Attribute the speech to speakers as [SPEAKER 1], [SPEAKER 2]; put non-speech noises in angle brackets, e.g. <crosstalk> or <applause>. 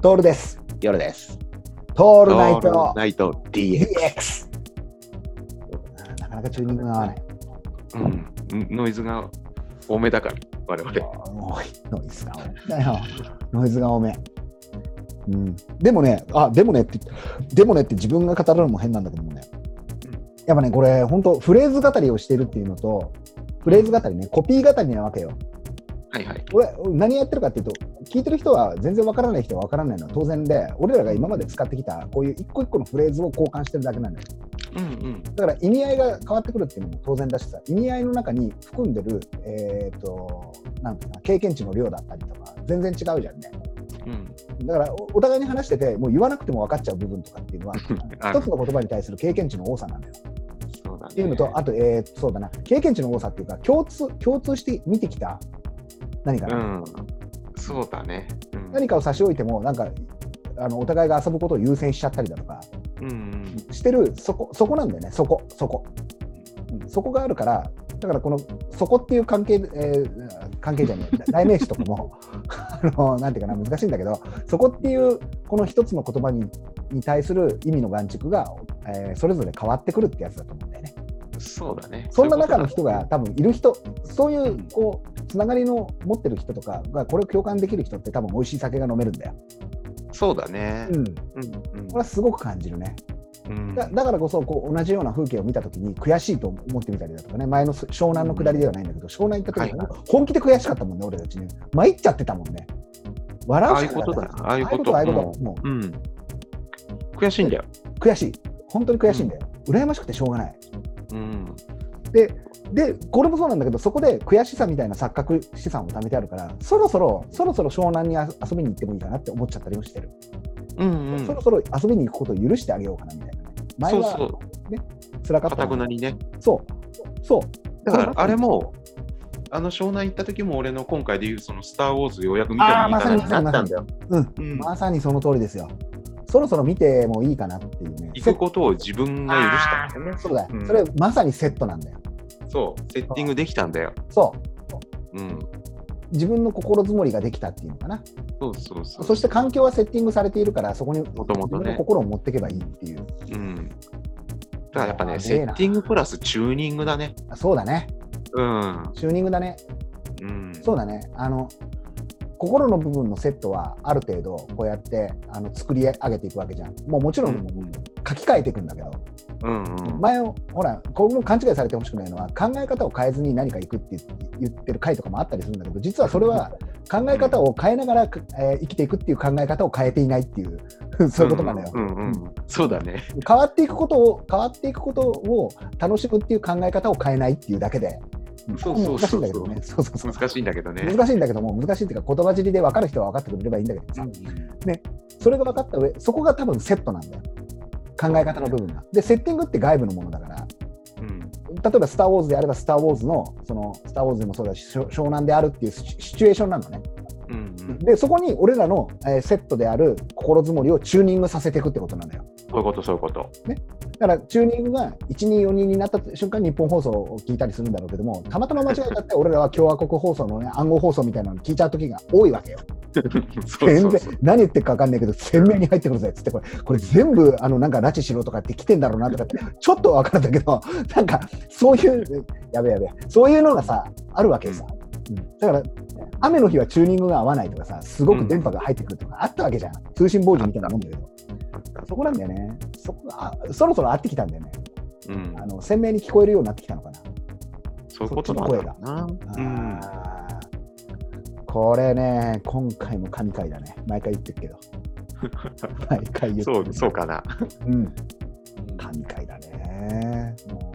[SPEAKER 1] トールです。
[SPEAKER 2] 夜です。
[SPEAKER 1] トー
[SPEAKER 2] 夜
[SPEAKER 1] ルナイト
[SPEAKER 2] ナイト DX。
[SPEAKER 1] DX。なかなかチューニングが合わない。
[SPEAKER 2] うん。ノイズが多めだから、我々。
[SPEAKER 1] もうノイズが多めだよ。ノイズが多め。うん、でもね、あでもねって、でもねって自分が語るのも変なんだけどもね
[SPEAKER 2] うん、
[SPEAKER 1] やっぱね、これ、本当、フレーズ語りをしてるっていうのと、フレーズ語りね、コピー語りなわけよ。
[SPEAKER 2] はいはい。
[SPEAKER 1] 俺何やってるかっていうと聞いてる人は全然わからない人はわからないのは当然で俺らが今まで使ってきたこういう一個一個のフレーズを交換してるだけなんだよ
[SPEAKER 2] うんうん。
[SPEAKER 1] だから意味合いが変わってくるっていうのも当然だしさ意味合いの中に含んでる、えー、となんていうかな経験値の量だったりとか全然違うじゃんね
[SPEAKER 2] うん。
[SPEAKER 1] だからおお互いに話しててもう言わなくても分かっちゃう部分とかっていうのは
[SPEAKER 2] <laughs> あ
[SPEAKER 1] 一つの言葉に対する経験値の多さなんだよ
[SPEAKER 2] そうだね。
[SPEAKER 1] っていうのとあと、えー、そうだな経験値の多さっていうか共通共通して見てきた何かな、
[SPEAKER 2] うん。そうだね。うん
[SPEAKER 1] 何かを差し置いてもなんかあのお互いが遊ぶことを優先しちゃったりだとか
[SPEAKER 2] うんうん。
[SPEAKER 1] してるそこそこなんだよねそこそこ、うんそこがあるからだからこのそこっていう関係で、えー関係じゃない <laughs> 代名詞とかもあのなんていうかな難しいんだけどそこっていうこの一つの言葉にに対する意味の眼軸が、えーそれぞれ変わってくるってやつだと思うんだよね。
[SPEAKER 2] そうだね。
[SPEAKER 1] そんな中の人
[SPEAKER 2] そういう
[SPEAKER 1] が
[SPEAKER 2] こ
[SPEAKER 1] 多分いる人、そういううんこうつながりの持ってる人とかがこれを共感できる人って多分美味しい酒が飲めるんだよ。
[SPEAKER 2] とだ。そうだね。
[SPEAKER 1] うん、
[SPEAKER 2] うんうん
[SPEAKER 1] これはすごく感じるね。
[SPEAKER 2] うん
[SPEAKER 1] だだからこそこう同じような風景を見たときに悔しいと思ってみたりだとかね、前のす湘南の下りではないんだけど、湘南行った時に
[SPEAKER 2] はい
[SPEAKER 1] 本気で悔しかったもんね、俺たちね。参っちゃってたもんね。笑うしかなかっ
[SPEAKER 2] ああいうことだ
[SPEAKER 1] ああいうこ、
[SPEAKER 2] ああいうこと
[SPEAKER 1] も
[SPEAKER 2] うん。悔しいんだよ。
[SPEAKER 1] う悔しい。本当に悔しいんだよ。羨ましくてしょうがない。
[SPEAKER 2] うん。
[SPEAKER 1] で、で、これもそうなんだけど、そこで悔しさみたいな錯覚資産を貯めてあるから、そろそろ、そろそろ湘南に遊びに行ってもいいかなって思っちゃったりもしてる。
[SPEAKER 2] うんうん。
[SPEAKER 1] そろそろ遊びに行くことを許してあげようかなみたいなね。前
[SPEAKER 2] そう
[SPEAKER 1] は
[SPEAKER 2] そ
[SPEAKER 1] 辛かっ
[SPEAKER 2] う。か
[SPEAKER 1] た
[SPEAKER 2] た
[SPEAKER 1] の
[SPEAKER 2] くなにね。
[SPEAKER 1] そう。そう。
[SPEAKER 2] だからあれ
[SPEAKER 1] も
[SPEAKER 2] も、あの湘南行った時も俺の今回で言うそのスター・ウォーズようやく見
[SPEAKER 1] あ
[SPEAKER 2] た
[SPEAKER 1] ー
[SPEAKER 2] のいいかな
[SPEAKER 1] まさに
[SPEAKER 2] になったんだよ。
[SPEAKER 1] まさ
[SPEAKER 2] うん
[SPEAKER 1] まさにその通りですよ。そろそろ見てもいいかなっていうね。
[SPEAKER 2] 行くことを自分が許したんだよね。
[SPEAKER 1] そうだよ、
[SPEAKER 2] うん
[SPEAKER 1] それまさにセットなんだよ。
[SPEAKER 2] そう、セッティングできたんだよ。
[SPEAKER 1] そう。
[SPEAKER 2] うん。
[SPEAKER 1] 自分の心づもりができたっていうのかな。
[SPEAKER 2] そうそうそう。
[SPEAKER 1] そして環境はセッティングされているから、そこに自
[SPEAKER 2] ともとね
[SPEAKER 1] 分の心を持っていけばいいっていう。
[SPEAKER 2] うん。だからやっぱ
[SPEAKER 1] あ
[SPEAKER 2] ね、
[SPEAKER 1] すげ
[SPEAKER 2] セ
[SPEAKER 1] えな
[SPEAKER 2] ッティングプラスチューニングだね。
[SPEAKER 1] あそうだね。
[SPEAKER 2] うん。
[SPEAKER 1] チューニングだね。
[SPEAKER 2] うん。
[SPEAKER 1] そうだね。あの、心の部分のセットはある程度こうやってあの作り上げていくわけじゃん。もうもちろん
[SPEAKER 2] うん
[SPEAKER 1] 書き換えていくんだけど、
[SPEAKER 2] うんうん。
[SPEAKER 1] 前をほらこれも勘違いされてほしくないのは考え方を変えずに何か行くって言ってる回とかもあったりするんだけど実はそれは考え方を変えながら、えー生きていくっていう考え方を変えていないっていうそういうことなのよ、
[SPEAKER 2] うんうんうん。そうだね。
[SPEAKER 1] 変わっていくことを変わっていくことを楽しむっていう考え方を変えないっていうだけで
[SPEAKER 2] そうそうそうそう
[SPEAKER 1] ここも難しいんだけどねそうそうそう
[SPEAKER 2] 難しいんだけどね。
[SPEAKER 1] 難しいんだけども難しいっていうか言葉尻で分かる人は分かってくれればいいんだけどさ、それが分かった上そこが多分セットなんだよ考え方の部分がでセッティングって外部のものだから
[SPEAKER 2] うん。
[SPEAKER 1] 例えば「スター・ウォーズ」であれば「スター・ウォーズの」その「スター・ウォーズ」でもそうだししょ湘南であるっていうシシチュエーションなのね、
[SPEAKER 2] うんうん。
[SPEAKER 1] でそこに俺らの、えーセットである心づもりをチューニングさせていくってことなんだよ
[SPEAKER 2] そういうこと、そういうこと。
[SPEAKER 1] だからチューニングが124人になった瞬間に日本放送を聞いたりするんだろうけどもたまたま間違えちゃって俺らは共和国放送の、ね、暗号放送みたいなの聞いちゃう時が多いわけよ
[SPEAKER 2] そうそ
[SPEAKER 1] 全
[SPEAKER 2] う
[SPEAKER 1] 然
[SPEAKER 2] そう。
[SPEAKER 1] 何言ってるか分かんないけど鮮明に入ってくるぜっつってこれこれ全部あのなんか拉致しろとかって来てんだろうなとかってちょっとは分かるんだけど <laughs> なんかそういうやべやべそういうのがさあるわけさ、うんだから雨の日はチューニングが合わないとかさすごく電波が入ってくるとかあったわけじゃん通信傍受みたいなもんだけどそこなんだよねそこがあそろそろ合ってきたんだよね
[SPEAKER 2] うん。
[SPEAKER 1] あの鮮明に聞こえるようになってきたのかな
[SPEAKER 2] そういうことなんだろうな。うん。
[SPEAKER 1] あーこれね、今回も神回だね。毎回言ってるけど。毎回言って
[SPEAKER 2] そ
[SPEAKER 1] る、
[SPEAKER 2] う、そうかな。
[SPEAKER 1] うん。神回だね。も